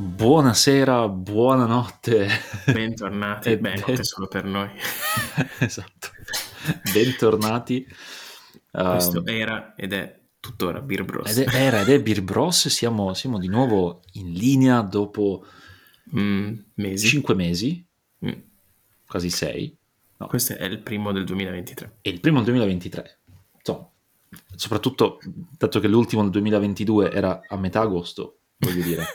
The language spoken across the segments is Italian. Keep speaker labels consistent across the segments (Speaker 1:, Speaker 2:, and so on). Speaker 1: Buonasera, buonanotte.
Speaker 2: Bentornati,
Speaker 1: E
Speaker 2: beh,
Speaker 1: ben-
Speaker 2: notte solo per noi.
Speaker 1: esatto. Bentornati. Um,
Speaker 2: Questo era ed è tuttora Beer Bros.
Speaker 1: ed è, era ed è Beer Bros. Siamo, siamo di nuovo in linea dopo
Speaker 2: Mm, mesi.
Speaker 1: 5 mesi,
Speaker 2: Mm.
Speaker 1: quasi 6.
Speaker 2: Questo è il primo del 2023.
Speaker 1: E il primo del 2023. Insomma, soprattutto dato che l'ultimo del 2022 era a metà agosto, voglio dire.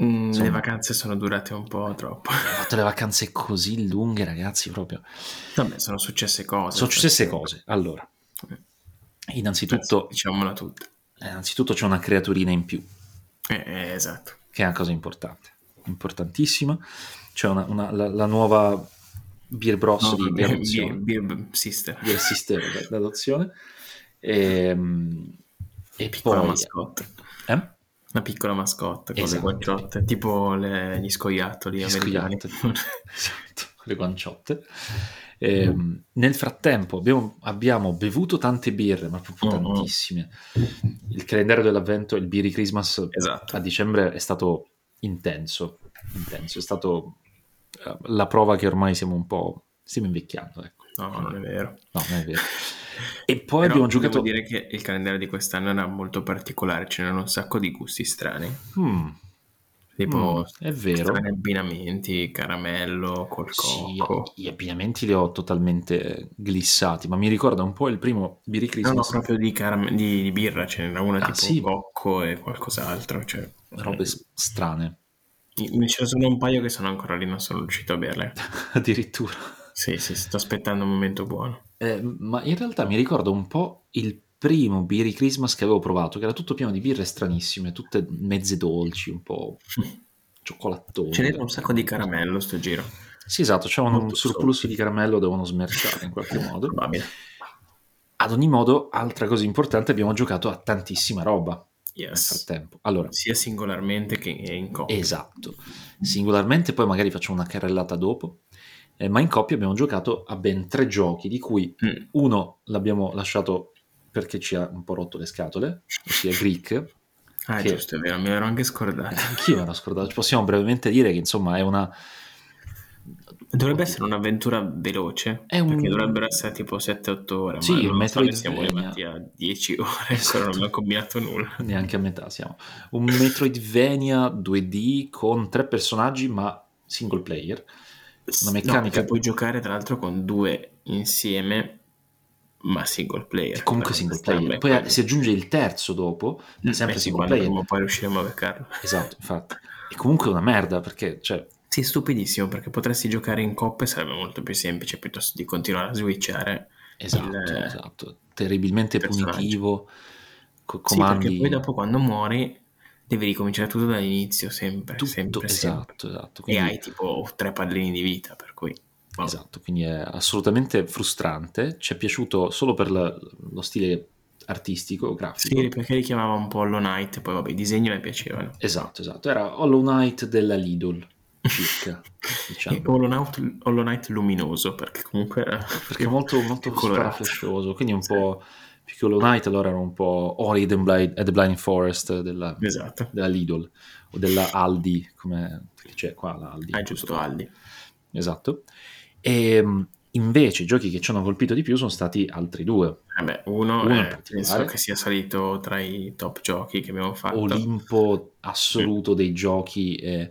Speaker 2: Mm,
Speaker 1: Insomma.
Speaker 2: le vacanze sono durate un po' troppo.
Speaker 1: Ho fatto le vacanze così lunghe, ragazzi, proprio.
Speaker 2: Vabbè, sono successe cose.
Speaker 1: Sono successe
Speaker 2: cioè,
Speaker 1: cose. Allora,
Speaker 2: penso,
Speaker 1: innanzitutto,
Speaker 2: Diciamola tutta.
Speaker 1: innanzitutto c'è una creaturina in più.
Speaker 2: Eh, eh, esatto.
Speaker 1: che è una cosa importante, importantissima. C'è una- una- la, la nuova Beer Bros
Speaker 2: No,
Speaker 1: di
Speaker 2: Beer,
Speaker 1: adozione,
Speaker 2: Beer- Beer Sister.
Speaker 1: Beer Sister d- d'adozione. Ehm, E,
Speaker 2: Piccola
Speaker 1: poi...
Speaker 2: mascotte.
Speaker 1: Eh?
Speaker 2: Una piccola mascotte con
Speaker 1: Esatto.
Speaker 2: le guanciotte, tipo le- gli scoiattoli
Speaker 1: Gli
Speaker 2: americani.
Speaker 1: scoiattoli. Esatto, le guanciotte. Ehm, Nel frattempo abbiamo, abbiamo bevuto tante birre, ma proprio
Speaker 2: Mm, mm.
Speaker 1: tantissime. Il calendario dell'avvento, il Beery Christmas
Speaker 2: esatto.
Speaker 1: a dicembre è stato intenso, intenso. è stato eh, la prova che ormai siamo un po' stiamo invecchiando, ecco.
Speaker 2: No, non è vero.
Speaker 1: No, non è vero. E poi
Speaker 2: Però
Speaker 1: abbiamo
Speaker 2: devo
Speaker 1: giocato
Speaker 2: dire che il calendario di quest'anno era molto particolare, c'erano un sacco di gusti strani,
Speaker 1: Mm,
Speaker 2: tipo
Speaker 1: mm, è vero.
Speaker 2: strani abbinamenti, caramello, col
Speaker 1: Sì,
Speaker 2: cocco.
Speaker 1: gli abbinamenti li ho totalmente glissati, ma mi ricorda un po' il primo Beery
Speaker 2: No, no,
Speaker 1: Christmas,
Speaker 2: proprio di, caram- di, di birra, ce n'era una
Speaker 1: Ah,
Speaker 2: tipo
Speaker 1: sì.
Speaker 2: cocco e qualcos'altro, cioè...
Speaker 1: robe s- strane,
Speaker 2: Ne ce ne sono un paio che sono ancora lì, non sono riuscito a berle.
Speaker 1: addirittura.
Speaker 2: Sì, sì, sto aspettando un momento buono.
Speaker 1: Eh, ma in realtà mi ricorda un po' il primo Beery Christmas che avevo provato, che era tutto pieno di birre stranissime, tutte mezze dolci, un po' cioccolatone.
Speaker 2: Ce n'era un sacco di caramello sto giro.
Speaker 1: Sì, esatto, c'è un,
Speaker 2: Molto
Speaker 1: surplus
Speaker 2: sotto.
Speaker 1: di caramello, devono smerciare in qualche modo.
Speaker 2: Probabile.
Speaker 1: Ad ogni modo, altra cosa importante, abbiamo giocato a tantissima roba nel
Speaker 2: Yes.
Speaker 1: frattempo. Allora,
Speaker 2: Sia singolarmente che in coppia.
Speaker 1: esatto, singolarmente, poi magari facciamo una carrellata dopo, eh, ma in coppia abbiamo giocato a ben tre giochi, di cui
Speaker 2: Mm.
Speaker 1: uno l'abbiamo lasciato perché ci ha un po' rotto le scatole, ossia Greek,
Speaker 2: Ah,
Speaker 1: Che-
Speaker 2: giusto, è vero, me l'ero anche scordato.
Speaker 1: anch'io me l'ho scordato, Ci possiamo brevemente dire che insomma è una...
Speaker 2: Dovrebbe essere un'avventura veloce,
Speaker 1: È un-
Speaker 2: perché dovrebbero essere tipo 7-8 ore,
Speaker 1: Sì,
Speaker 2: ma
Speaker 1: il
Speaker 2: non so, noi
Speaker 1: Metroidvania.
Speaker 2: siamo arrivati a 10 ore,
Speaker 1: Esatto.
Speaker 2: ancora non abbiamo combinato nulla.
Speaker 1: neanche a metà siamo. Un Metroidvania 2D con tre personaggi ma single player. Una
Speaker 2: No,
Speaker 1: meccanica
Speaker 2: perché puoi giocare tra l'altro con due insieme, ma single player.
Speaker 1: È comunque
Speaker 2: Però
Speaker 1: single
Speaker 2: questa
Speaker 1: player.
Speaker 2: è
Speaker 1: Poi
Speaker 2: quello.
Speaker 1: si aggiunge il terzo dopo, ma
Speaker 2: Mm,
Speaker 1: sempre
Speaker 2: eh sì,
Speaker 1: single
Speaker 2: quando
Speaker 1: player.
Speaker 2: prima o poi riusciremo a beccarlo.
Speaker 1: Esatto, infatti. E comunque è una merda perché cioè,
Speaker 2: Sì, stupidissimo, perché potresti giocare in coppe, sarebbe molto più semplice, piuttosto di continuare a switchare.
Speaker 1: esatto,
Speaker 2: Il-
Speaker 1: esatto, terribilmente
Speaker 2: personaggio.
Speaker 1: punitivo. co-
Speaker 2: Sì,
Speaker 1: comandi
Speaker 2: perché poi dopo quando muori devi ricominciare tutto dall'inizio, sempre,
Speaker 1: tutto,
Speaker 2: sempre, sempre.
Speaker 1: esatto, esatto. Quindi,
Speaker 2: E hai tipo tre pallini di vita, per cui... vabbè.
Speaker 1: Esatto, quindi è assolutamente frustrante. Ci è piaciuto solo per la- lo stile artistico, grafico.
Speaker 2: Sì, perché richiamava un po' Hollow Knight, poi vabbè, i disegni mi piacevano.
Speaker 1: Esatto, esatto. Era Hollow Knight della Lidl, circa,
Speaker 2: E
Speaker 1: diciamo.
Speaker 2: Cioè, Hollow Knight, Hollow Knight luminoso, perché comunque era...
Speaker 1: Perché è molto, molto
Speaker 2: più colorato.
Speaker 1: sparaflascioso, quindi un
Speaker 2: Sì,
Speaker 1: po' più che Hollow Knight, allora era un po' Ori and the Blind- and the Blind Forest della,
Speaker 2: Esatto.
Speaker 1: della Lidl o della Aldi, come perché c'è qua la Aldi.
Speaker 2: Ah, giusto, Aldi.
Speaker 1: Esatto. E mh, invece i giochi che ci hanno colpito di più sono stati altri due.
Speaker 2: Vabbè, uno,
Speaker 1: Uno in
Speaker 2: eh,
Speaker 1: particolare. Oh,
Speaker 2: penso che sia salito tra i top giochi che abbiamo fatto.
Speaker 1: Olimpo assoluto dei giochi, eh,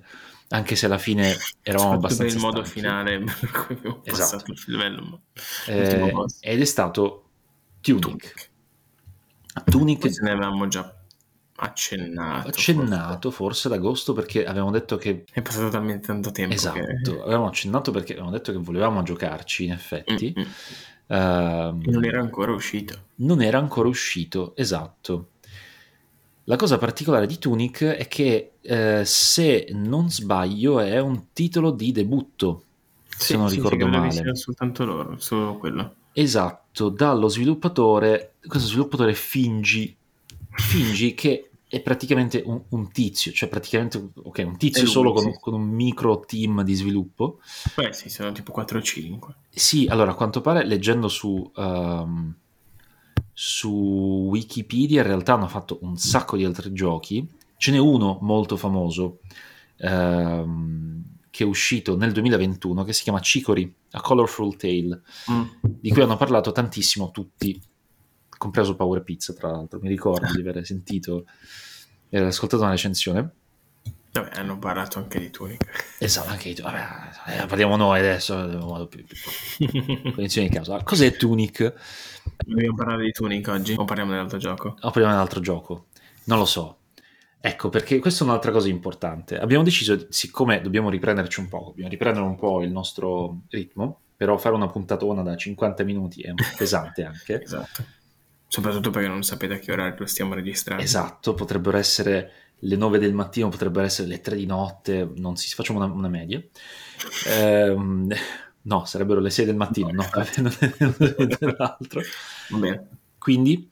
Speaker 1: anche se alla fine eravamo
Speaker 2: Soprattutto per
Speaker 1: abbastanza
Speaker 2: il modo
Speaker 1: stanchi. Esatto.
Speaker 2: finale per cui abbiamo passato il livello. ma- l'ultimo
Speaker 1: Eh,
Speaker 2: boss.
Speaker 1: ed è stato Tunic. Tunic
Speaker 2: Forse ne avevamo già accennato.
Speaker 1: accennato forse ad agosto perché avevamo detto che
Speaker 2: forse. È passato talmente tanto tempo
Speaker 1: esatto, avevamo accennato perché avevamo detto che volevamo giocarci in effetti.
Speaker 2: che Mm, mm.
Speaker 1: Ehm,
Speaker 2: non era ancora uscito.
Speaker 1: non era ancora uscito, esatto. La cosa particolare di Tunic è che, eh, se non sbaglio, è un titolo di debutto, se non ricordo
Speaker 2: credo
Speaker 1: male.
Speaker 2: che sia soltanto loro, solo quello.
Speaker 1: Esatto, dallo sviluppatore, questo sviluppatore fingi, fingi che è praticamente un, un tizio, cioè praticamente ok, un tizio
Speaker 2: È lui,
Speaker 1: solo con,
Speaker 2: sì.
Speaker 1: con un micro team di sviluppo.
Speaker 2: Beh, sì, sono tipo 4 o 5.
Speaker 1: Sì, allora a quanto pare leggendo su, ehm, su Wikipedia in realtà hanno fatto un sacco di altri giochi, ce n'è uno molto famoso ehm, che è uscito nel 2021 che si chiama Chicory, A Colorful Tale,
Speaker 2: Mm.
Speaker 1: di cui hanno parlato tantissimo tutti, compreso Power Pizza tra l'altro, mi ricordo di aver sentito e aver ascoltato una recensione.
Speaker 2: Vabbè, hanno parlato anche di Tunic.
Speaker 1: Esatto, anche io, vabbè, eh, parliamo noi adesso, eh, vado più- più- cognizione di causa. Allora, Cos'è Tunic?
Speaker 2: Dobbiamo parlare di Tunic oggi o parliamo dell'altro gioco?
Speaker 1: o proviamo un altro gioco? Non lo so. Ecco, perché questa è un'altra cosa importante. Abbiamo deciso, siccome dobbiamo riprenderci un po', dobbiamo riprendere un po' il nostro ritmo, però fare una puntatona da 50 minuti è un po' pesante anche.
Speaker 2: Esatto. Soprattutto perché non sapete a che orario lo stiamo registrando.
Speaker 1: Esatto, potrebbero essere le 9 del mattino, potrebbero essere le 3 di notte, non si facciamo una, una media. Ehm, no, sarebbero le 6 del mattino, no, non è l'altro.
Speaker 2: Va bene.
Speaker 1: Quindi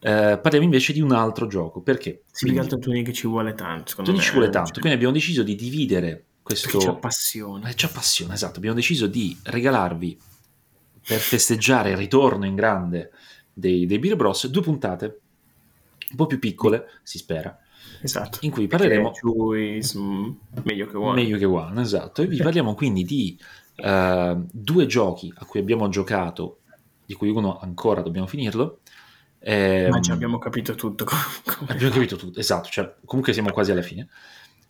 Speaker 1: eh, parliamo invece di un altro gioco, perché?
Speaker 2: Sì, più che altro Tunic ci vuole tanto, secondo
Speaker 1: Tu
Speaker 2: me.
Speaker 1: dici vuole
Speaker 2: eh,
Speaker 1: tanto,
Speaker 2: cioè,
Speaker 1: quindi abbiamo deciso di dividere
Speaker 2: perché c'è
Speaker 1: questo...
Speaker 2: passione.
Speaker 1: Eh, Ci appassiona, esatto. Abbiamo deciso di regalarvi, per festeggiare il ritorno in grande dei, dei Beer Bros, due puntate, un po' più piccole, si spera,
Speaker 2: Esatto.
Speaker 1: in cui parleremo
Speaker 2: Perché Juice, mm, meglio che buono.
Speaker 1: meglio che One, esatto. E vi parliamo quindi di eh, due giochi a cui abbiamo giocato, di cui uno ancora dobbiamo finirlo. Ehm,
Speaker 2: Ma ci abbiamo capito tutto. com- come-
Speaker 1: Abbiamo capito tutto, esatto, cioè, comunque siamo quasi alla fine.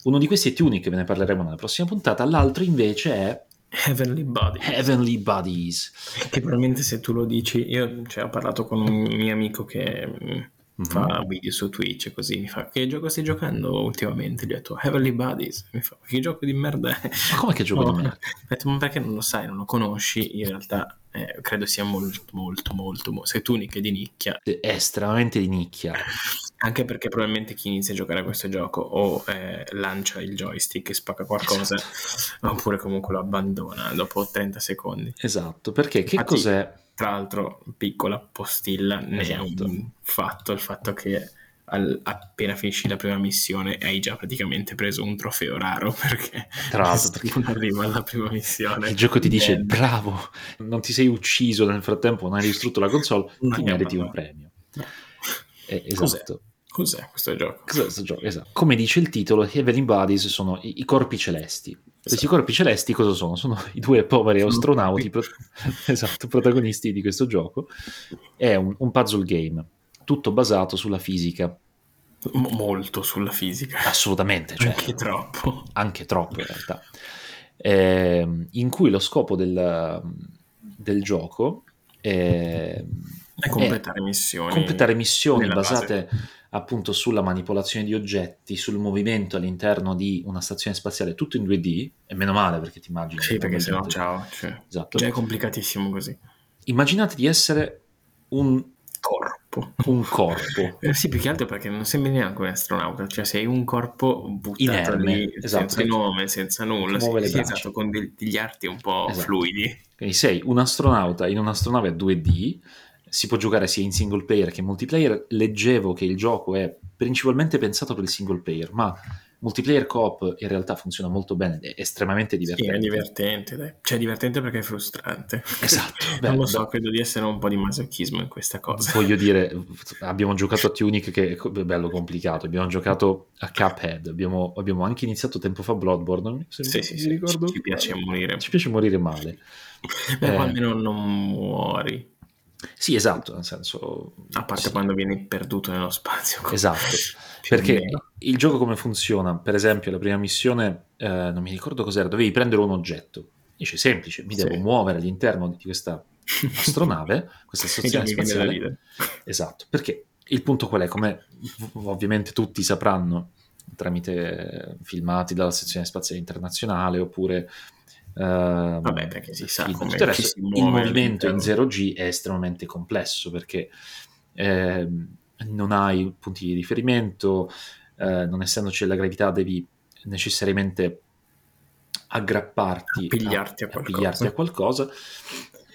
Speaker 1: Uno di questi è Tunic, ve ne parleremo nella prossima puntata, l'altro invece è
Speaker 2: Heavenly Body.
Speaker 1: Heavenly Buddies.
Speaker 2: Che probabilmente se tu lo dici, io cioè, ho parlato con un mio amico che mm,
Speaker 1: Mm-hmm.
Speaker 2: fa video su Twitch e così, mi fa che gioco stai giocando ultimamente? Gli ho detto Heavenly Buddies, mi fa che gioco di merda è?
Speaker 1: Ma com'è che gioco
Speaker 2: No.
Speaker 1: di merda?
Speaker 2: Ho detto, ma perché non lo sai, non lo conosci? In realtà eh, credo sia molto molto molto, mo- sei tu unica di nicchia,
Speaker 1: È estremamente di nicchia.
Speaker 2: anche perché probabilmente chi inizia a giocare a questo gioco o eh, lancia il joystick e spacca qualcosa, oppure comunque lo abbandona dopo 30 secondi.
Speaker 1: Esatto, perché che
Speaker 2: Infatti-
Speaker 1: cos'è?
Speaker 2: tra l'altro piccola postilla ne è
Speaker 1: Esatto.
Speaker 2: un fatto il fatto che al- appena finisci la prima missione hai già praticamente preso un trofeo raro perché
Speaker 1: Tra l'altro, perché
Speaker 2: non arriva alla prima missione
Speaker 1: il gioco ti dice
Speaker 2: Eh,
Speaker 1: bravo, non ti sei ucciso nel frattempo, non hai distrutto la console,
Speaker 2: Non
Speaker 1: ti
Speaker 2: è
Speaker 1: meriti un
Speaker 2: abbandonato.
Speaker 1: premio. Eh, esatto.
Speaker 2: Cos'è? cos'è questo gioco?
Speaker 1: Cos'è questo gioco? Esatto. Come dice il titolo, Heavenly Bodies sono i, i corpi celesti. Questi
Speaker 2: Esatto.
Speaker 1: corpi celesti cosa sono? Sono i due poveri
Speaker 2: Sono
Speaker 1: astronauti pro- esatto, protagonisti di questo gioco. È un, un puzzle game, tutto basato sulla fisica.
Speaker 2: Mo- molto sulla fisica
Speaker 1: Assolutamente, cioè,
Speaker 2: anche troppo
Speaker 1: anche troppo in realtà, Ehm, in cui lo scopo del, del gioco ehm, è,
Speaker 2: è completare missioni
Speaker 1: Eh, completare missioni
Speaker 2: nella base.
Speaker 1: basate appunto sulla manipolazione di oggetti, sul movimento all'interno di una stazione spaziale, tutto in 2D, e meno male perché ti immagini...
Speaker 2: sì perché
Speaker 1: come
Speaker 2: sennò
Speaker 1: gente-
Speaker 2: ciao cioè,
Speaker 1: Esatto.
Speaker 2: già è complicatissimo così
Speaker 1: Immaginate di essere un,
Speaker 2: corpo
Speaker 1: un corpo.
Speaker 2: Eh, sì, più che altro perché non sembri neanche un astronauta, cioè sei un corpo buttato
Speaker 1: Inerme,
Speaker 2: lì
Speaker 1: esatto,
Speaker 2: senza
Speaker 1: che-
Speaker 2: nome, senza nulla,
Speaker 1: che muove
Speaker 2: sì,
Speaker 1: le
Speaker 2: sì,
Speaker 1: braccia.
Speaker 2: esatto, con del- degli arti un po'
Speaker 1: Esatto.
Speaker 2: fluidi.
Speaker 1: Quindi sei un astronauta in un'astronave a 2D, si può giocare sia in single player che in multiplayer. Leggevo che il gioco è principalmente pensato per il single player, ma multiplayer co-op in realtà funziona molto bene, è estremamente
Speaker 2: Sì,
Speaker 1: divertente.
Speaker 2: è divertente, dai. cioè è divertente perché è frustrante.
Speaker 1: Esatto,
Speaker 2: non
Speaker 1: beh,
Speaker 2: lo so,
Speaker 1: beh.
Speaker 2: credo di essere un po' di masochismo in questa cosa.
Speaker 1: Voglio dire, abbiamo giocato a Tunic che è co- è bello complicato, abbiamo giocato a Cuphead, abbiamo, abbiamo anche iniziato tempo fa Bloodborne, se
Speaker 2: Sì,
Speaker 1: mi-
Speaker 2: sì,
Speaker 1: mi
Speaker 2: sì,
Speaker 1: ricordo.
Speaker 2: ci piace morire.
Speaker 1: Ci piace morire male.
Speaker 2: Ma
Speaker 1: Eh.
Speaker 2: qua almeno non muori,
Speaker 1: Sì, esatto, nel senso...
Speaker 2: a parte
Speaker 1: sì.
Speaker 2: quando vieni perduto nello spazio.
Speaker 1: Esatto,
Speaker 2: Più o
Speaker 1: Perché
Speaker 2: meno.
Speaker 1: il gioco come funziona? Per esempio, la prima missione, eh, non mi ricordo cos'era, dovevi prendere un oggetto. Dice semplice, mi
Speaker 2: Sì.
Speaker 1: devo muovere all'interno di questa astronave, questa
Speaker 2: E già
Speaker 1: stazione
Speaker 2: mi viene da
Speaker 1: spaziale.
Speaker 2: ridere.
Speaker 1: Esatto, perché il punto qual è? Come ov- ovviamente tutti sapranno tramite eh, filmati dalla sezione spaziale internazionale oppure... ehm,
Speaker 2: Vabbè, perché si sa
Speaker 1: film,
Speaker 2: Ah, come
Speaker 1: tutto il,
Speaker 2: ci
Speaker 1: resto, il
Speaker 2: si muove
Speaker 1: movimento in
Speaker 2: all'interno.
Speaker 1: 0G è estremamente complesso perché ehm, non hai punti di riferimento, eh, non essendoci la gravità devi necessariamente aggrapparti
Speaker 2: Appigliarti a qualcosa.
Speaker 1: appigliarti a qualcosa.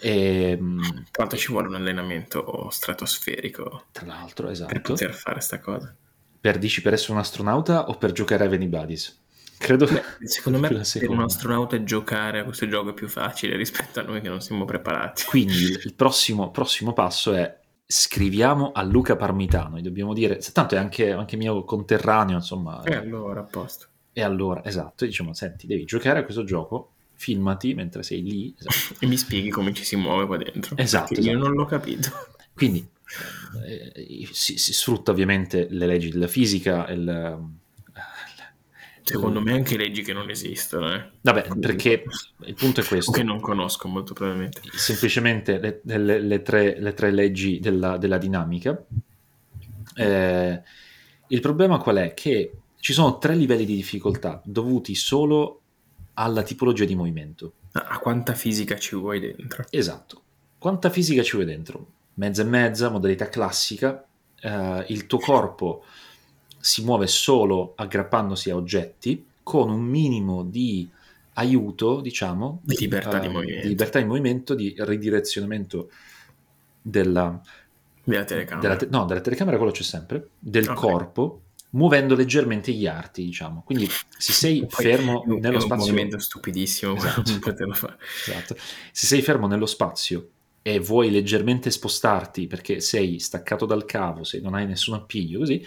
Speaker 1: Ehm,
Speaker 2: Quanto
Speaker 1: e-
Speaker 2: ci vuole un allenamento stratosferico
Speaker 1: tra l'altro,
Speaker 2: per
Speaker 1: esatto.
Speaker 2: poter fare sta cosa?
Speaker 1: Per dici per essere un astronauta o per giocare a Heavenly Buddies? Credo
Speaker 2: Secondo me
Speaker 1: più la
Speaker 2: per
Speaker 1: seconda.
Speaker 2: un astronauta giocare a questo gioco è più facile rispetto a noi che non siamo preparati.
Speaker 1: Quindi il il prossimo, prossimo passo è scriviamo a
Speaker 2: Eh.
Speaker 1: Luca Parmitano, gli dobbiamo dire, se tanto è anche, anche mio conterraneo, insomma,
Speaker 2: E allora, a posto.
Speaker 1: E allora, esatto, diciamo, senti, devi giocare a questo gioco, filmati mentre sei lì. Esatto.
Speaker 2: E mi spieghi come ci si muove qua dentro.
Speaker 1: Esatto.
Speaker 2: esatto. Io non l'ho capito.
Speaker 1: Quindi eh, si, si, sfrutta ovviamente le leggi della fisica. Il, il...
Speaker 2: Secondo me anche leggi che non esistono. Eh.
Speaker 1: Vabbè, perché il punto è questo.
Speaker 2: Che non conosco molto probabilmente.
Speaker 1: Semplicemente le, le, le, tre, le tre, leggi della, della dinamica. Eh, il problema qual è? Che ci sono tre livelli di difficoltà dovuti solo alla tipologia di movimento.
Speaker 2: A quanta fisica ci vuoi dentro?
Speaker 1: Esatto. Quanta fisica ci vuoi dentro? Mezza e mezza, modalità classica. Eh, il tuo corpo si muove solo aggrappandosi a oggetti con un minimo di aiuto, diciamo,
Speaker 2: di libertà, eh, di, movimento.
Speaker 1: di libertà di movimento, di ridirezionamento della,
Speaker 2: della telecamera.
Speaker 1: Della te- no, della telecamera quello c'è sempre, del okay. corpo muovendo leggermente gli arti, diciamo. Quindi se sei Poi fermo nello spazio...
Speaker 2: È un movimento stupidissimo, esatto. non poterlo fare.
Speaker 1: Esatto. Se sei fermo nello spazio e vuoi leggermente spostarti perché sei staccato dal cavo, se non hai nessun appiglio, così,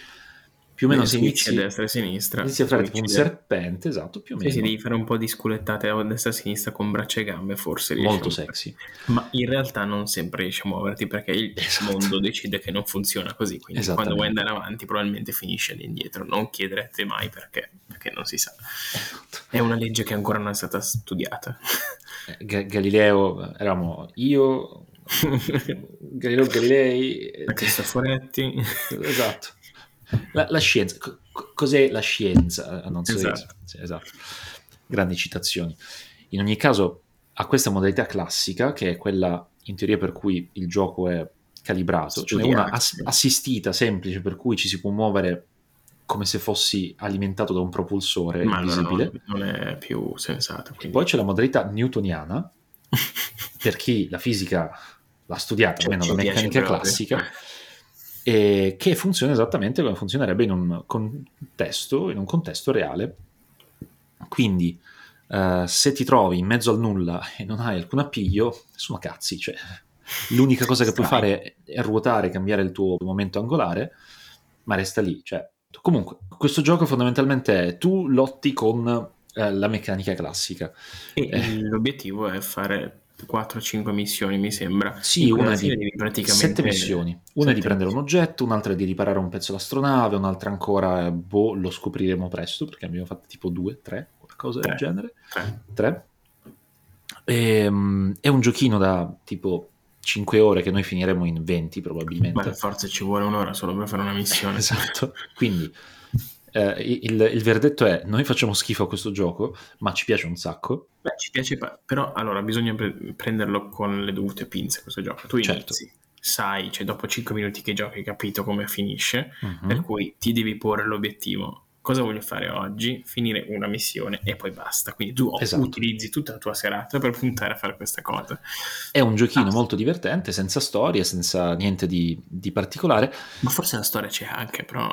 Speaker 1: più o meno se inizi...
Speaker 2: a destra e a sinistra.
Speaker 1: Inizi a fare tipo un serpente, esatto, più o meno.
Speaker 2: cioè, Sì, sì, devi fare un po' di sculettate a destra e a sinistra con braccia e gambe, forse.
Speaker 1: Molto sexy.
Speaker 2: A... Ma in realtà non sempre riesci a muoverti perché il esatto. mondo decide che non funziona così, quindi quando vuoi andare avanti probabilmente finisci all'indietro, non chiederete mai perché, perché non si sa.
Speaker 1: Esatto.
Speaker 2: È una legge che ancora non è stata studiata.
Speaker 1: G- Eh, Galileo, eravamo io... Galileo Galilei
Speaker 2: Cristoforetti
Speaker 1: esatto la, la, scienza, C- cos'è la scienza? Eh, Non so
Speaker 2: esatto.
Speaker 1: Sì, esatto. Grandi citazioni. In ogni caso, ha questa modalità classica, che è quella in teoria per cui il gioco è calibrato, Studiato. cioè una ass- assistita, semplice, per cui ci si può muovere come se fossi alimentato da un propulsore
Speaker 2: Ma
Speaker 1: invisibile.
Speaker 2: Non, non è più sensato. Quindi.
Speaker 1: Poi c'è la modalità newtoniana, per chi la fisica l'ha studiata, cioè, almeno la meccanica classica. che funziona esattamente come funzionerebbe in un contesto, in un contesto reale. Quindi, uh, se ti trovi in mezzo al nulla e non hai alcun appiglio, insomma, cazzi, cioè, l'unica cosa che puoi fare è ruotare, cambiare il tuo momento angolare, ma resta lì. Cioè. Comunque, questo gioco fondamentalmente è tu lotti con uh, la meccanica classica.
Speaker 2: E eh. l'obiettivo è fare 4-5 missioni, mi sembra.
Speaker 1: Sì, una di, di praticamente... 7 missioni. Una 7 di prendere missioni. un oggetto, un'altra di riparare un pezzo d'astronave, un'altra ancora, boh, lo scopriremo presto, perché abbiamo fatto tipo 2, 3, qualcosa 3. del genere. 3. 3. E, um, è un giochino da tipo 5 ore che noi finiremo in 20 probabilmente.
Speaker 2: Beh, forse ci vuole un'ora solo per fare una missione.
Speaker 1: esatto. Quindi... Eh, il, il, verdetto è: noi facciamo schifo a questo gioco, ma ci piace un sacco.
Speaker 2: Beh, ci piace, però allora bisogna pre- prenderlo con le dovute pinze. Questo gioco tu certo. inizi, sai, cioè dopo 5 minuti che giochi hai capito come finisce,
Speaker 1: Mm.
Speaker 2: uh-huh.
Speaker 1: Mhm.
Speaker 2: per cui ti devi porre l'obiettivo. Cosa voglio fare oggi? Finire una missione e poi basta. Quindi tu esatto. utilizzi tutta la tua serata per puntare a fare questa cosa.
Speaker 1: È un giochino ah, molto divertente, senza storia, senza niente di, di particolare.
Speaker 2: Ma forse la storia c'è anche, però.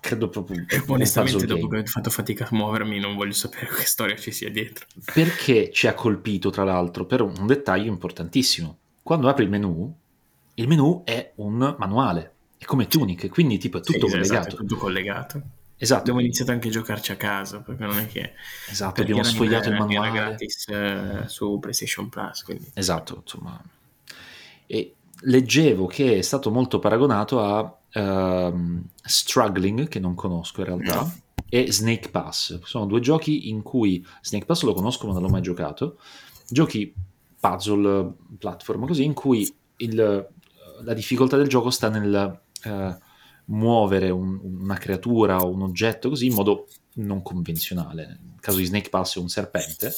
Speaker 1: credo proprio
Speaker 2: onestamente dopo game. che ho fatto fatica a muovermi non voglio sapere che storia ci sia dietro
Speaker 1: perché ci ha colpito tra l'altro per un dettaglio importantissimo quando apri il menu il menu è un manuale è come Tunic quindi tipo è tutto
Speaker 2: sì, ecco.
Speaker 1: collegato esatto,
Speaker 2: è tutto collegato
Speaker 1: Esatto.
Speaker 2: Abbiamo iniziato anche a giocarci a caso perché non è che.
Speaker 1: Esatto, abbiamo sfogliato il manuale.
Speaker 2: gratis eh, su PlayStation Plus. Quindi.
Speaker 1: Esatto, insomma. E leggevo che è stato molto paragonato a Um, Struggling, che non conosco in realtà, no. e Snake Pass. Sono due giochi in cui Snake Pass lo conosco ma non l'ho mai giocato. Giochi puzzle, platform, così, in cui il, la difficoltà del gioco sta nel uh, muovere un, una creatura o un oggetto così in modo non convenzionale. Nel caso di Snake Pass è un serpente.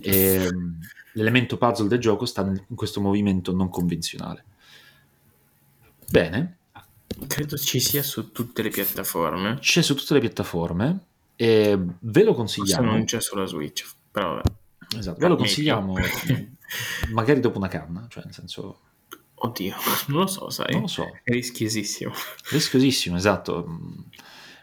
Speaker 1: E, l'elemento puzzle del gioco sta in questo movimento non convenzionale. Bene,
Speaker 2: Credo ci sia su tutte le piattaforme.
Speaker 1: C'è su tutte le piattaforme. E ve lo consigliamo.
Speaker 2: Forse non c'è sulla Switch, però vabbè.
Speaker 1: Esatto, ve lo consigliamo magari dopo una canna, cioè nel senso...
Speaker 2: Oddio, non lo so, sai.
Speaker 1: Non lo so.
Speaker 2: È rischiosissimo.
Speaker 1: Rischiosissimo, esatto.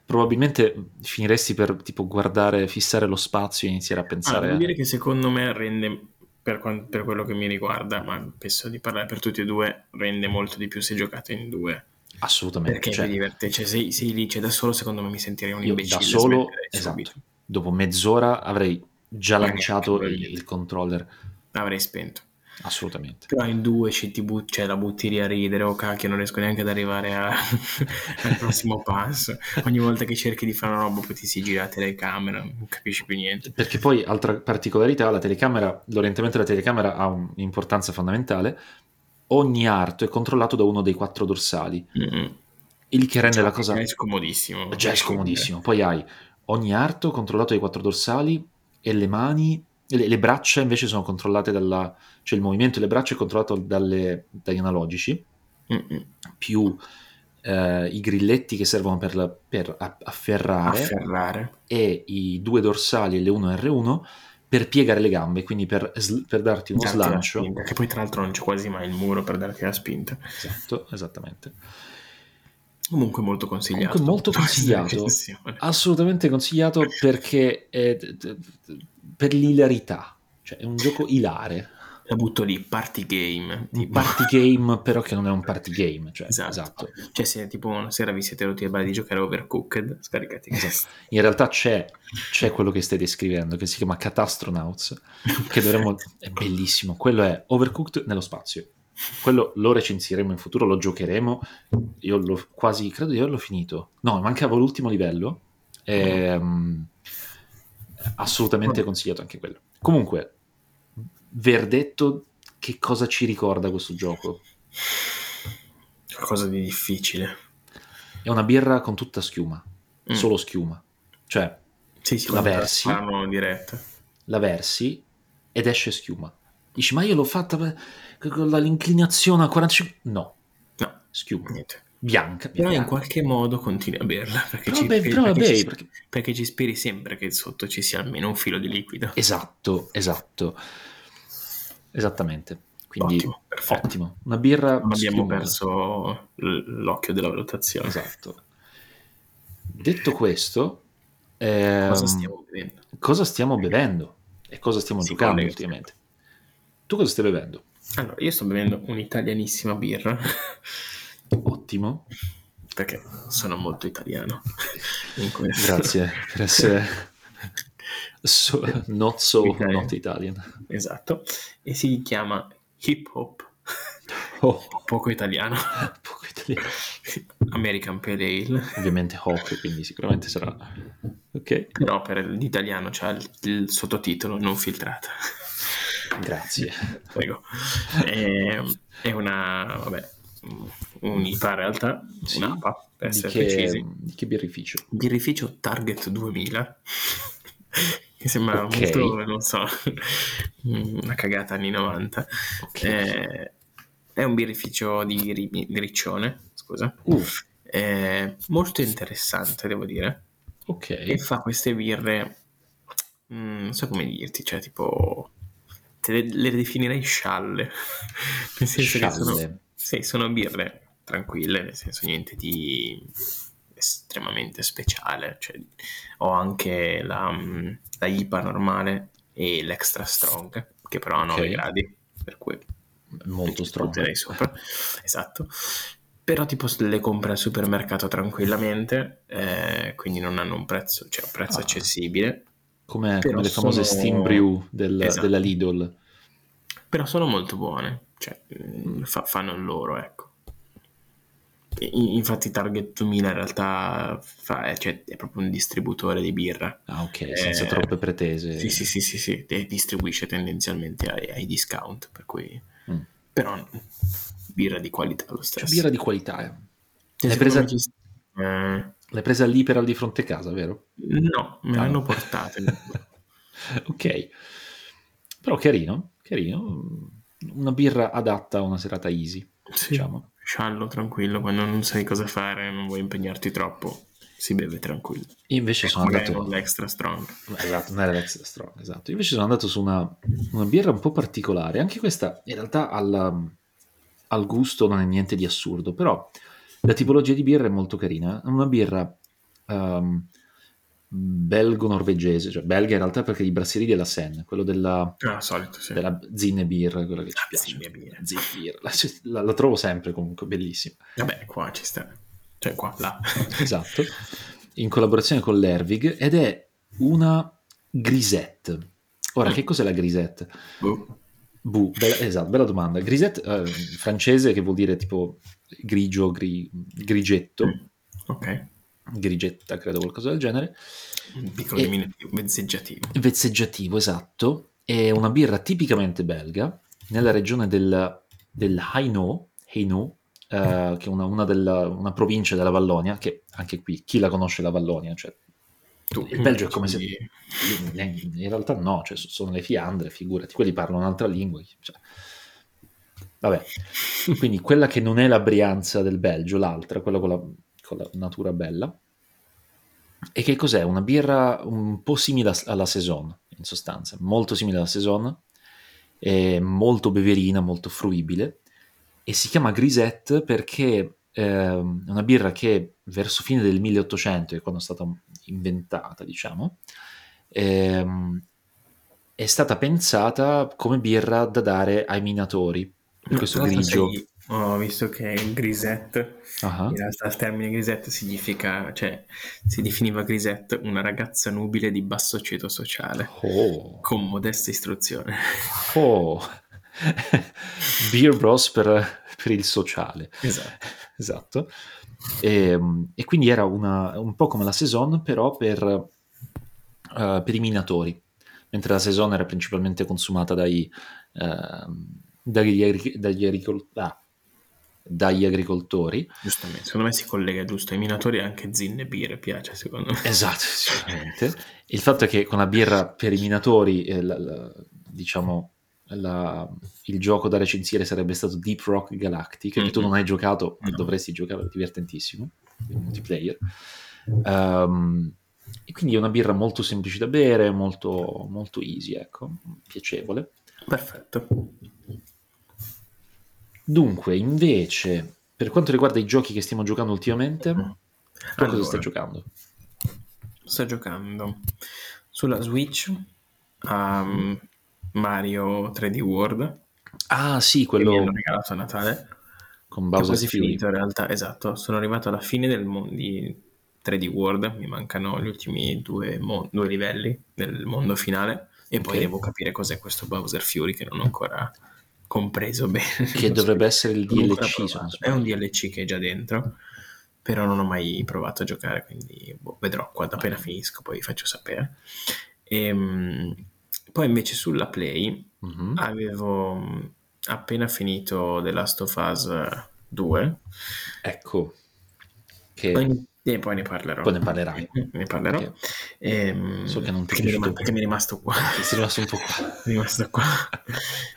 Speaker 1: Probabilmente finiresti per tipo guardare, fissare lo spazio e iniziare a pensare... Ah,
Speaker 2: devo dire che secondo me rende per, quando, per quello che mi riguarda, ma penso di parlare per tutti e due, rende molto di più se giocate in due.
Speaker 1: Assolutamente.
Speaker 2: cioè, Perché cioè, diverte, cioè, se sei lì, c'è da solo, secondo me mi sentirei un
Speaker 1: imbecille. Da solo, esatto. Subito. dopo mezz'ora avrei già lanciato il, il controller.
Speaker 2: Avrei spento.
Speaker 1: Assolutamente.
Speaker 2: Però in due ci ti but- cioè, la butti lì a ridere, oh cacchio, non riesco neanche ad arrivare a- al prossimo passo. Ogni volta che cerchi di fare una roba, poi ti si gira la telecamera, non capisci più niente.
Speaker 1: Perché poi, altra particolarità, la telecamera, l'orientamento della telecamera ha un'importanza fondamentale. Ogni arto è controllato da uno dei quattro dorsali,
Speaker 2: Mm.
Speaker 1: il che rende
Speaker 2: Cioè,
Speaker 1: la cosa
Speaker 2: È scomodissimo.
Speaker 1: già è scomodissimo. Poi hai ogni arto controllato dai quattro dorsali e le mani, le, le braccia invece sono controllate dalla, cioè il movimento delle braccia è controllato dalle- dagli analogici,
Speaker 2: Eh. Mm-mm.
Speaker 1: più eh, i grilletti che servono per, la- per a- Ah, afferrare
Speaker 2: Afferrare.
Speaker 1: e i due dorsali L1 e R1 per piegare le gambe, quindi per, sl- per darti uno
Speaker 2: Darti la
Speaker 1: slancio.
Speaker 2: spinta, Che poi tra l'altro non c'è quasi mai il muro per darti la spinta.
Speaker 1: Esatto, esattamente.
Speaker 2: Comunque molto consigliato.
Speaker 1: Comunque molto
Speaker 2: Questa
Speaker 1: consigliato.
Speaker 2: recensione.
Speaker 1: Assolutamente consigliato perché è d- d- d- per l'ilarità, cioè è un gioco ilare,
Speaker 2: La butto lì, party
Speaker 1: un
Speaker 2: game. tipo.
Speaker 1: party game però che non è un party game, cioè,
Speaker 2: Esatto.
Speaker 1: esatto.
Speaker 2: Cioè se tipo una sera vi siete rotti a balle di giocare a Overcooked, scaricate
Speaker 1: Eh
Speaker 2: questo.
Speaker 1: In realtà c'è, c'è quello che stai descrivendo che si chiama Catastronauts, che dovremmo... è bellissimo, quello è Overcooked nello spazio. Quello lo recensiremo in futuro, lo giocheremo, io l'ho quasi, credo di averlo finito. No, mancava l'ultimo livello, ehm, assolutamente consigliato anche quello. Comunque, verdetto, che cosa ci ricorda questo gioco?
Speaker 2: Qualcosa di difficile.
Speaker 1: È una birra con tutta schiuma,
Speaker 2: Mm.
Speaker 1: solo schiuma. Cioè,
Speaker 2: Sì, sì,
Speaker 1: La
Speaker 2: quando
Speaker 1: versi?
Speaker 2: Fanno in diretta.
Speaker 1: la versi ed esce schiuma. Dici, ma io l'ho fatta per- con la- l'inclinazione a 45... No,
Speaker 2: No,
Speaker 1: schiuma.
Speaker 2: niente.
Speaker 1: Bianca.
Speaker 2: Però in
Speaker 1: bianca.
Speaker 2: qualche modo continui a berla. Perché,
Speaker 1: Però
Speaker 2: ci,
Speaker 1: bevi- però
Speaker 2: perché ci-
Speaker 1: bevi, perché-
Speaker 2: perché ci speri sempre che sotto ci sia almeno un filo di liquido.
Speaker 1: Esatto, esatto. Esattamente. Quindi, eh, ottimo.
Speaker 2: Ottimo, perfetto.
Speaker 1: Una birra...
Speaker 2: Non abbiamo
Speaker 1: schiumosa.
Speaker 2: perso l- l'occhio della valutazione.
Speaker 1: Esatto. Detto questo, ehm,
Speaker 2: Cosa stiamo vedendo?
Speaker 1: cosa stiamo bevendo e cosa stiamo
Speaker 2: Si
Speaker 1: giocando
Speaker 2: collega.
Speaker 1: ultimamente? Tu cosa stai bevendo?
Speaker 2: Allora, io sto bevendo un'italianissima birra
Speaker 1: Ottimo,
Speaker 2: perché sono molto italiano. In questo.
Speaker 1: grazie per essere so,
Speaker 2: Eh,
Speaker 1: not so
Speaker 2: Italian.
Speaker 1: not Italian.
Speaker 2: Esatto. E si chiama hip hop,
Speaker 1: Oh,
Speaker 2: poco italiano,
Speaker 1: poco italiano.
Speaker 2: American Pale Ale.
Speaker 1: Ovviamente hop, quindi sicuramente sarà ok.
Speaker 2: Però per l'italiano c'ha il, il sottotitolo non filtrata.
Speaker 1: Grazie.
Speaker 2: Prego. È, è una, vabbè, un'IPA in realtà,
Speaker 1: Sì.
Speaker 2: un'APA, per
Speaker 1: Di
Speaker 2: essere
Speaker 1: che,
Speaker 2: precisi.
Speaker 1: di che birrificio?
Speaker 2: Birrificio Target 2000. Che sembra
Speaker 1: Ok.
Speaker 2: molto, non so, una cagata anni 90.
Speaker 1: Ok.
Speaker 2: Eh, è un birrificio di, Ri- di Riccione, scusa.
Speaker 1: Uh,
Speaker 2: Eh, molto interessante, devo dire. E
Speaker 1: ok.
Speaker 2: fa queste birre, mm, non so come dirti, cioè tipo, te le, le definirei scialle. Nel senso che sono,
Speaker 1: Scialle.
Speaker 2: sì, sono birre tranquille, nel senso niente di estremamente speciale. Cioè, ho anche la, mm, la IPA normale e l'extra strong, che però ha 9
Speaker 1: Ok.
Speaker 2: gradi, per cui
Speaker 1: Molto
Speaker 2: ci
Speaker 1: strong.
Speaker 2: butterei sopra. Esatto. Però tipo le compri al supermercato tranquillamente, eh, quindi non hanno un prezzo, cioè un prezzo
Speaker 1: Ah.
Speaker 2: accessibile,
Speaker 1: Come,
Speaker 2: Però
Speaker 1: come le famose
Speaker 2: sono-
Speaker 1: steam brew del-
Speaker 2: Esatto.
Speaker 1: della Lidl.
Speaker 2: però sono molto buone, cioè mm, fa- fanno il loro, ecco. E- i- Infatti Target 2000 in realtà fa- è, cioè, è proprio un distributore di birra.
Speaker 1: Ah, ok, senza
Speaker 2: Eh,
Speaker 1: troppe pretese.
Speaker 2: Sì, sì, sì, sì, sì, e distribuisce tendenzialmente ai, ai discount, per cui...
Speaker 1: Mm.
Speaker 2: Però birra di qualità lo
Speaker 1: C'è
Speaker 2: stesso.
Speaker 1: birra di qualità. eh.
Speaker 2: Cioè,
Speaker 1: l'hai
Speaker 2: secondo
Speaker 1: presa-
Speaker 2: me ci sta- eh,
Speaker 1: L'hai presa all'Iperal di fronte casa, vero?
Speaker 2: No, me
Speaker 1: Ah,
Speaker 2: l'hanno
Speaker 1: no.
Speaker 2: portata.
Speaker 1: ok. Però carino, carino. Una birra adatta a una serata easy,
Speaker 2: Sì.
Speaker 1: diciamo.
Speaker 2: Sciallo, tranquillo, quando non sai cosa fare, non vuoi impegnarti troppo, si beve tranquillo.
Speaker 1: Io invece sono
Speaker 2: Magari
Speaker 1: andato...
Speaker 2: non l'extra strong.
Speaker 1: Esatto, non era l'extra strong, esatto. Io invece sono andato su una, una birra un po' particolare. Anche questa, in realtà, alla- al gusto non è niente di assurdo, però la tipologia di birra è molto carina. È una birra ehm, belgo-norvegese, cioè belga in realtà perché i brasserie della Seine, quello della,
Speaker 2: Ah, solito, sì.
Speaker 1: della Zinnebier, quella che ci
Speaker 2: Ah,
Speaker 1: piace.
Speaker 2: Zinnebier.
Speaker 1: Zinnebier. La, la- la trovo sempre comunque bellissima.
Speaker 2: Vabbè, qua ci sta. Cioè, qua, là.
Speaker 1: Esatto. In collaborazione con l'Ervig ed è una grisette. Ora, che cos'è la grisette?
Speaker 2: Boh.
Speaker 1: Bu, bella, esatto, bella domanda. Grisette, eh, francese, che vuol dire tipo grigio, gri-
Speaker 2: Mm.
Speaker 1: grigetto,
Speaker 2: Ok.
Speaker 1: grigetta, credo, qualcosa del genere.
Speaker 2: Un piccolo
Speaker 1: E-
Speaker 2: diminutivo, vezzeggiativo.
Speaker 1: Vezzeggiativo, esatto. È una birra tipicamente belga, nella regione del, del Hainaut, Hainaut, eh, che è una, una della- una provincia della Vallonia, che anche qui, chi la conosce la Vallonia? Cioè,
Speaker 2: Tu,
Speaker 1: Il Belgio è come se-
Speaker 2: quindi-
Speaker 1: in realtà no, cioè, so- sono le fiandre, figurati, quelli parlano un'altra lingua. cioè. Vabbè, quindi quella che non è la Brianza del Belgio, l'altra, quella con la, con la natura bella. E che cos'è? Una birra un po' simile a- alla Saison, in sostanza, molto simile alla Saison, è molto beverina, molto fruibile, e si chiama Grisette perché ehm, è una birra che verso fine del 1800, che è quando è stata inventata, diciamo, ehm, è stata pensata come birra da dare ai minatori, per
Speaker 2: No,
Speaker 1: questo
Speaker 2: tra l'altro
Speaker 1: grigio.
Speaker 2: sai- Ho visto che il grisette,
Speaker 1: Ah,
Speaker 2: in realtà il termine grisette significa, cioè si definiva grisette una ragazza nubile di basso ceto sociale,
Speaker 1: Oh.
Speaker 2: con modesta istruzione.
Speaker 1: Oh. Beer Bros per, per il sociale.
Speaker 2: Esatto.
Speaker 1: Esatto. E, e quindi era una- un po' come la Saison, però per, eh, per i minatori, mentre la Saison era principalmente consumata dai, ehm, dagli, agri- dagli agricol- ah, dagli agricoltori.
Speaker 2: Giustamente, secondo me si collega giusto ai minatori e anche zinne e birre piace, secondo me.
Speaker 1: Esatto, sicuramente. Il fatto è che con la birra per i minatori, eh, la- la- diciamo, la- il gioco da recensire sarebbe stato Deep Rock Galactic, che tu
Speaker 2: Mhm.
Speaker 1: non hai giocato,
Speaker 2: No.
Speaker 1: dovresti giocare, è divertentissimo, il multiplayer. Ehm, e quindi è una birra molto semplice da bere, molto, molto easy, ecco, piacevole.
Speaker 2: Perfetto.
Speaker 1: Dunque, invece, per quanto riguarda i giochi che stiamo giocando ultimamente, tu cosa
Speaker 2: Allora.
Speaker 1: stai giocando?
Speaker 2: Sto giocando sulla Switch a um, Mario 3D World,
Speaker 1: Ah sì,
Speaker 2: che mi
Speaker 1: quello
Speaker 2: hanno regalato a Natale.
Speaker 1: con
Speaker 2: Ho
Speaker 1: Bowser
Speaker 2: quasi
Speaker 1: Fury.
Speaker 2: finito in realtà, esatto. Sono arrivato alla fine del mondo di 3D World, mi mancano gli ultimi due, mon- due livelli del mondo finale e poi
Speaker 1: Ok.
Speaker 2: devo capire cos'è questo Bowser Fury che non ho ancora compreso bene.
Speaker 1: Che
Speaker 2: Non so-
Speaker 1: dovrebbe essere il
Speaker 2: non ho ancora
Speaker 1: DLC, se non
Speaker 2: provato. È
Speaker 1: sbaglio.
Speaker 2: un DLC che è già dentro, però non ho mai provato a giocare, quindi boh, vedrò quando appena finisco, poi vi faccio sapere. Ehm, poi invece sulla Play
Speaker 1: Mhm.
Speaker 2: avevo mh, appena finito The Last of Us eh, 2
Speaker 1: Ecco, che
Speaker 2: Poi- e poi ne parlerò.
Speaker 1: Poi ne parlerai.
Speaker 2: Ne parlerò.
Speaker 1: Che-
Speaker 2: Ehm,
Speaker 1: so che non ti è
Speaker 2: perché mi è rimasto-
Speaker 1: piaciuto.
Speaker 2: perché mi è rimasto qua.
Speaker 1: sei rimasto un po' qua.
Speaker 2: Mi è rimasto qua.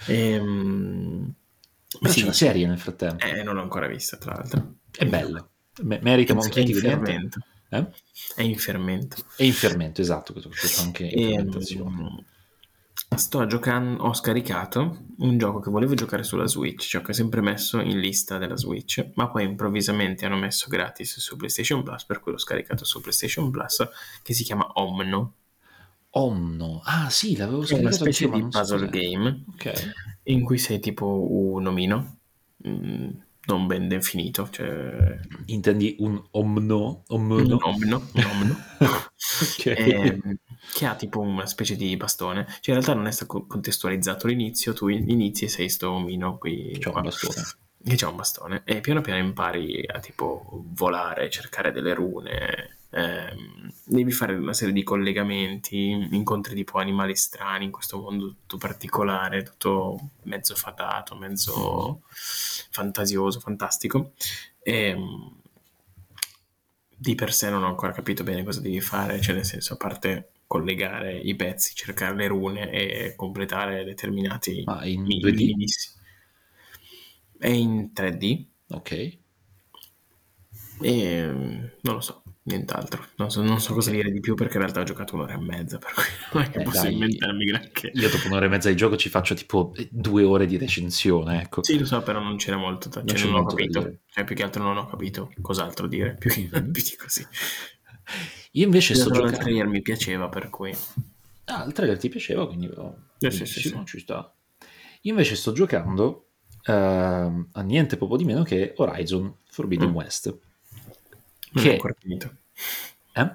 Speaker 2: Ehm,
Speaker 1: Ma
Speaker 2: però
Speaker 1: c'è
Speaker 2: ce
Speaker 1: la
Speaker 2: la-
Speaker 1: serie nel frattempo.
Speaker 2: Eh, non l'ho ancora vista, tra l'altro.
Speaker 1: È bella. Me- merita
Speaker 2: Penso che è in
Speaker 1: molto
Speaker 2: fermento.
Speaker 1: eh?
Speaker 2: È in fermento.
Speaker 1: È in fermento, esatto, questo c'è anche fermentazione.
Speaker 2: Ehm, sto giocando, ho scaricato un gioco che volevo giocare sulla Switch, cioè che ho sempre messo in lista della Switch, ma poi improvvisamente hanno messo gratis su PlayStation Plus, per cui l'ho scaricato su PlayStation Plus, che si chiama Omno.
Speaker 1: Omno. Ah sì, l'avevo
Speaker 2: È una
Speaker 1: scaricato anch'io,
Speaker 2: specie
Speaker 1: ma
Speaker 2: di
Speaker 1: non so
Speaker 2: puzzle
Speaker 1: cos'è.
Speaker 2: game
Speaker 1: Ok.
Speaker 2: in cui sei tipo un omino, mm, non ben definito, cioè
Speaker 1: Intendi un omno? Omno?
Speaker 2: un omino, un omino.
Speaker 1: ok.
Speaker 2: Ehm, che ha tipo una specie di bastone. Cioè, in realtà non è stato contestualizzato l'inizio, tu inizi e sei sto omino qui
Speaker 1: C'è
Speaker 2: qua,
Speaker 1: un bastone.
Speaker 2: che c'ha un bastone. E piano piano impari a tipo volare, cercare delle rune. ehm, devi fare una serie di collegamenti, incontri tipo animali strani in questo mondo tutto particolare, tutto mezzo fatato, mezzo fantasioso, fantastico. Ehm, di per sé non ho ancora capito bene cosa devi fare, cioè nel senso, a parte collegare i pezzi, cercare le rune e completare determinati
Speaker 1: Ma in
Speaker 2: mi-
Speaker 1: 2D?
Speaker 2: minimissi- È in 3D
Speaker 1: Ok.
Speaker 2: e mm, non lo so, nient'altro. Non so, non so cosa dire di più perché in realtà ho giocato un'ora e mezza, per cui non è che
Speaker 1: Eh,
Speaker 2: posso
Speaker 1: dai.
Speaker 2: inventarmi granché.
Speaker 1: Io dopo un'ora e mezza di gioco ci faccio tipo eh, due ore di recensione, ecco.
Speaker 2: Sì, lo so, però non c'era molto da,
Speaker 1: Non
Speaker 2: cioè,
Speaker 1: c'è
Speaker 2: non ho
Speaker 1: molto da
Speaker 2: capito,
Speaker 1: dire.
Speaker 2: cioè più che altro non ho capito cos'altro dire, più, che-
Speaker 1: Mhm.
Speaker 2: più di così. Cioè,
Speaker 1: Io invece
Speaker 2: Più
Speaker 1: sto
Speaker 2: che altro il
Speaker 1: giocando.
Speaker 2: trailer mi piaceva, per cui...
Speaker 1: Ah, il trailer ti piaceva, quindi oh,
Speaker 2: Eh, sì, sì,
Speaker 1: benissimo, ci sta. Io invece sto giocando ehm, a niente poco di meno che Horizon Forbidden eh?
Speaker 2: Mm.
Speaker 1: West.
Speaker 2: Non
Speaker 1: Che-
Speaker 2: è ancora finito.
Speaker 1: Eh?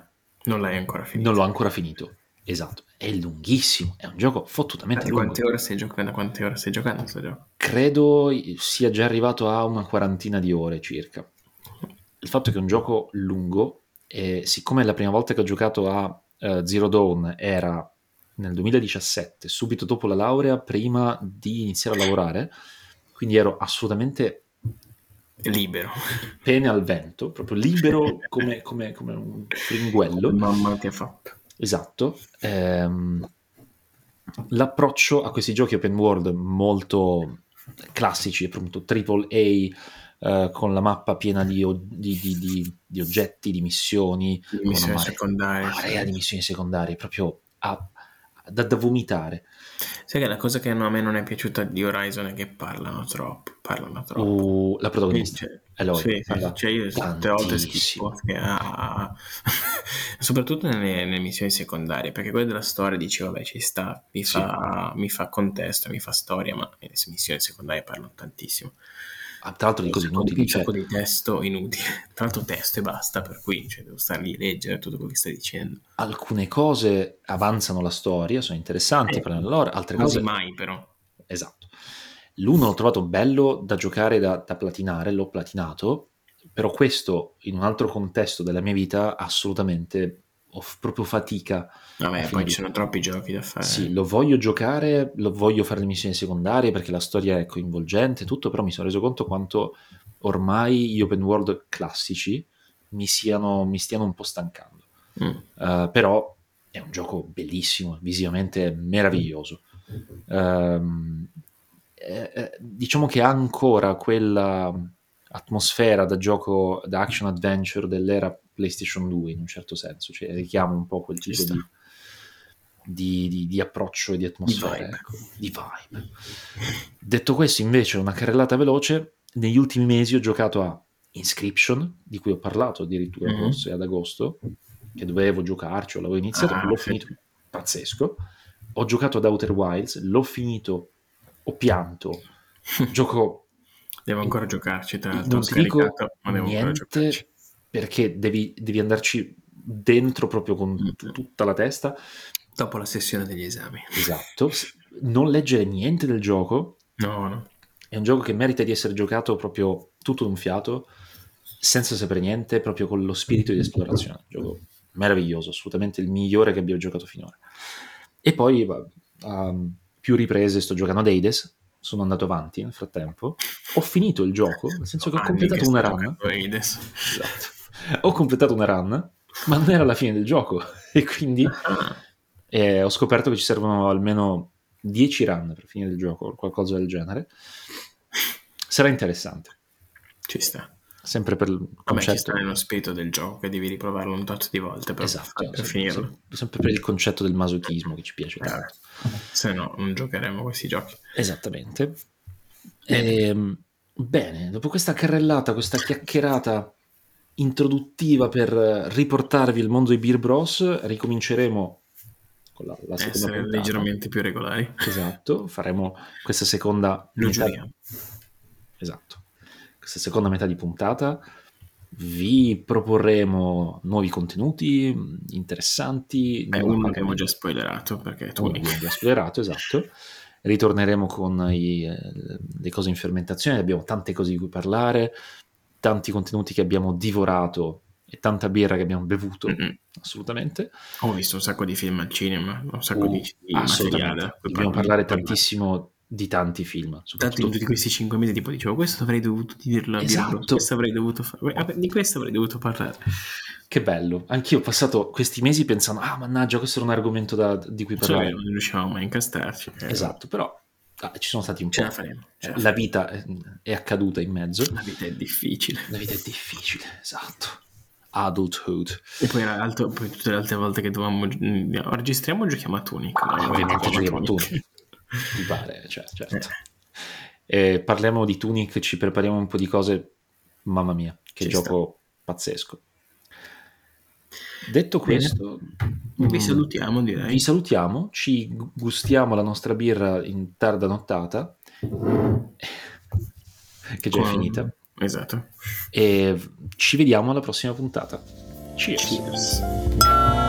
Speaker 2: Non l'hai ancora finito.
Speaker 1: Non l'ho ancora finito. Esatto, è lunghissimo, è un gioco fottutamente
Speaker 2: Da
Speaker 1: lungo.
Speaker 2: quante ore stai giocando? Da quante ore stai giocando questo gioco?
Speaker 1: Credo sia già arrivato a una quarantina di ore circa. Il fatto è che è un gioco lungo, e siccome la prima volta che ho giocato a eh, Zero Dawn era nel 2017, subito dopo la laurea, prima di iniziare a lavorare, quindi ero assolutamente
Speaker 2: Libero.
Speaker 1: pene al vento, proprio libero come, come- come un fringuello.
Speaker 2: Mamma che fa.
Speaker 1: Esatto. Ehm, l'approccio a questi giochi open world molto classici, appunto AAA, eh, con la mappa piena di, o- di- di- di- di oggetti, di missioni,
Speaker 2: Missioni
Speaker 1: mare-
Speaker 2: secondarie.
Speaker 1: marea di missioni secondarie, proprio a- da, da vomitare.
Speaker 2: Sai che la cosa che a me non è piaciuta di Horizon è che parlano troppo. Parlano troppo.
Speaker 1: Uh, la protagonista,
Speaker 2: Cioè,
Speaker 1: Eloy,
Speaker 2: sì, sì,
Speaker 1: parla
Speaker 2: cioè io tante volte
Speaker 1: tantissimo.
Speaker 2: schifo che- ah. soprattutto nelle, nelle missioni secondarie perché quella della storia dice vabbè ci sta mi,
Speaker 1: Sì.
Speaker 2: fa, mi fa contesto mi fa storia ma le missioni secondarie parlano tantissimo
Speaker 1: Ah, tra l'altro di cose
Speaker 2: un sacco di-
Speaker 1: inutili,
Speaker 2: un sacco
Speaker 1: cioè,
Speaker 2: di testo inutile tra l'altro testo e basta per cui cioè, devo stare lì a leggere tutto quello che stai dicendo
Speaker 1: alcune cose avanzano la storia, sono interessanti,
Speaker 2: Eh,
Speaker 1: parlano loro, altre
Speaker 2: quasi
Speaker 1: cose
Speaker 2: mai però
Speaker 1: Esatto. L'uno l'ho trovato bello da giocare, da, da platinare, l'ho platinato, però questo in un altro contesto della mia vita assolutamente ho f- proprio fatica.
Speaker 2: vabbè poi
Speaker 1: Finito.
Speaker 2: ci sono troppi giochi da fare
Speaker 1: Sì, lo voglio giocare, lo voglio fare le missioni secondarie perché la storia è coinvolgente, e tutto, però mi sono reso conto quanto ormai gli open world classici mi, siano, mi stiano un po' stancando.
Speaker 2: Mm.
Speaker 1: Uh, però è un gioco bellissimo, visivamente meraviglioso. Ehm, eh, eh, diciamo che ha ancora quella atmosfera da gioco da action adventure dell'era PlayStation 2 in un certo senso, cioè richiama un po' quel
Speaker 2: Ci
Speaker 1: tipo
Speaker 2: sta.
Speaker 1: di, di- di- di approccio e di atmosfera,
Speaker 2: vibe.
Speaker 1: ecco, di vibe. Detto questo, invece, una carrellata veloce, negli ultimi mesi ho giocato a Inscription, di cui ho parlato addirittura
Speaker 2: Mhm.
Speaker 1: forse ad agosto, che dovevo giocarci, o l'avevo iniziato,
Speaker 2: Ah,
Speaker 1: l'ho
Speaker 2: sì.
Speaker 1: finito, pazzesco. Ho giocato ad Outer Wilds, l'ho finito, ho pianto, gioco,
Speaker 2: devo ancora giocarci tra l'altro
Speaker 1: non
Speaker 2: ho
Speaker 1: ti dico
Speaker 2: Ah, scaricato ma devo ancora giocarci
Speaker 1: niente, perché devi, devi andarci dentro proprio
Speaker 2: Mm.
Speaker 1: con tu- tutta la testa.
Speaker 2: Dopo la sessione degli esami.
Speaker 1: Esatto, s- non leggere niente del gioco,
Speaker 2: No, no.
Speaker 1: è un gioco che merita di essere giocato proprio tutto d'un fiato, senza sapere niente, proprio con lo spirito di esplorazione. Un gioco meraviglioso, assolutamente il migliore che abbia giocato finora. E poi va- a più riprese sto giocando ad Hades, sono andato avanti nel frattempo, ho finito il gioco, Boh, nel senso che ho
Speaker 2: Anni
Speaker 1: completato
Speaker 2: che
Speaker 1: una
Speaker 2: sto
Speaker 1: run,
Speaker 2: giocando io adesso.
Speaker 1: Esatto. ho completato una run, ma non era la fine del gioco e quindi
Speaker 2: Ah,
Speaker 1: eh, ho scoperto che ci servono almeno 10 run per finire il gioco, o qualcosa del genere. Sarà interessante,
Speaker 2: Ci sta.
Speaker 1: sempre per il
Speaker 2: Vabbè, ci sta
Speaker 1: concetto.
Speaker 2: nello spirito del gioco che devi riprovarlo un tot di volte per,
Speaker 1: Esatto,
Speaker 2: per
Speaker 1: sempre,
Speaker 2: finirlo.
Speaker 1: sempre- sempre per il concetto del masochismo che ci piace tanto.
Speaker 2: Eh, Se no, non giocheremo a questi giochi.
Speaker 1: Esattamente.
Speaker 2: Bene.
Speaker 1: Ehm, bene, dopo questa carrellata, questa chiacchierata introduttiva per eh, riportarvi il mondo di Beer Bros, ricominceremo con la,
Speaker 2: Eh,
Speaker 1: la seconda
Speaker 2: Essere
Speaker 1: puntata.
Speaker 2: leggermente più regolari.
Speaker 1: Esatto, faremo questa seconda
Speaker 2: Lo
Speaker 1: metà-
Speaker 2: giuriamo.
Speaker 1: Esatto. Questa seconda metà di puntata vi proporremo nuovi contenuti mh, interessanti.
Speaker 2: Beh,
Speaker 1: nuova
Speaker 2: uno che
Speaker 1: parte-
Speaker 2: abbiamo già spoilerato perché tu...
Speaker 1: uno che abbiamo spoilerato, esatto. Ritorneremo con i, eh, le cose in fermentazione, abbiamo tante cose di cui parlare, tanti contenuti che abbiamo divorato e tanta birra che abbiamo bevuto,
Speaker 2: Mm-mm. Ah,
Speaker 1: assolutamente.
Speaker 2: Ho visto un sacco di film al cinema, un sacco
Speaker 1: Uh,
Speaker 2: di, di
Speaker 1: assolutamente.
Speaker 2: materiale. da cui
Speaker 1: Dobbiamo
Speaker 2: par-
Speaker 1: parlare tantissimo di tanti film,
Speaker 2: Tanto in
Speaker 1: soprattutto
Speaker 2: tutti questi cinque mesi tipo dicevo questo avrei dovuto dirlo a
Speaker 1: Esatto.
Speaker 2: Birbros, questo avrei dovuto fare, vabbè, di questo avrei dovuto parlare.
Speaker 1: Che bello, anch'io ho passato questi mesi pensando, ah mannaggia, questo era un argomento da- di cui
Speaker 2: Solo che
Speaker 1: parlare.
Speaker 2: non riuscivamo mai a incastrarci. eh,
Speaker 1: Esatto, però ah, ci sono stati un
Speaker 2: Ce
Speaker 1: po'. Eh,
Speaker 2: la faremo. ce la
Speaker 1: La vita è, è accaduta in mezzo.
Speaker 2: faremo. La vita è difficile.
Speaker 1: La vita è difficile, esatto. Adulthood.
Speaker 2: E poi, era l'altro- poi tutte le altre volte che dovevamo... mm, Registriamo o giochiamo a Tunic? No,
Speaker 1: Ah,
Speaker 2: vabbè,
Speaker 1: ovviamente giochiamo a
Speaker 2: Tunic.
Speaker 1: Tunic. Mi pare, cioè, certo. Eh, parliamo di Tunic, ci prepariamo un po' di cose. Mamma mia, che
Speaker 2: Ci
Speaker 1: gioco pazzesco. Detto
Speaker 2: Bene.
Speaker 1: questo,
Speaker 2: Vi
Speaker 1: mm,
Speaker 2: salutiamo
Speaker 1: vi
Speaker 2: direi.
Speaker 1: salutiamo, ci gu- gustiamo la nostra birra in tarda nottata, che già è
Speaker 2: Con-
Speaker 1: finita,
Speaker 2: Esatto.
Speaker 1: e ci vediamo alla prossima puntata.
Speaker 2: Cheers. Cheers.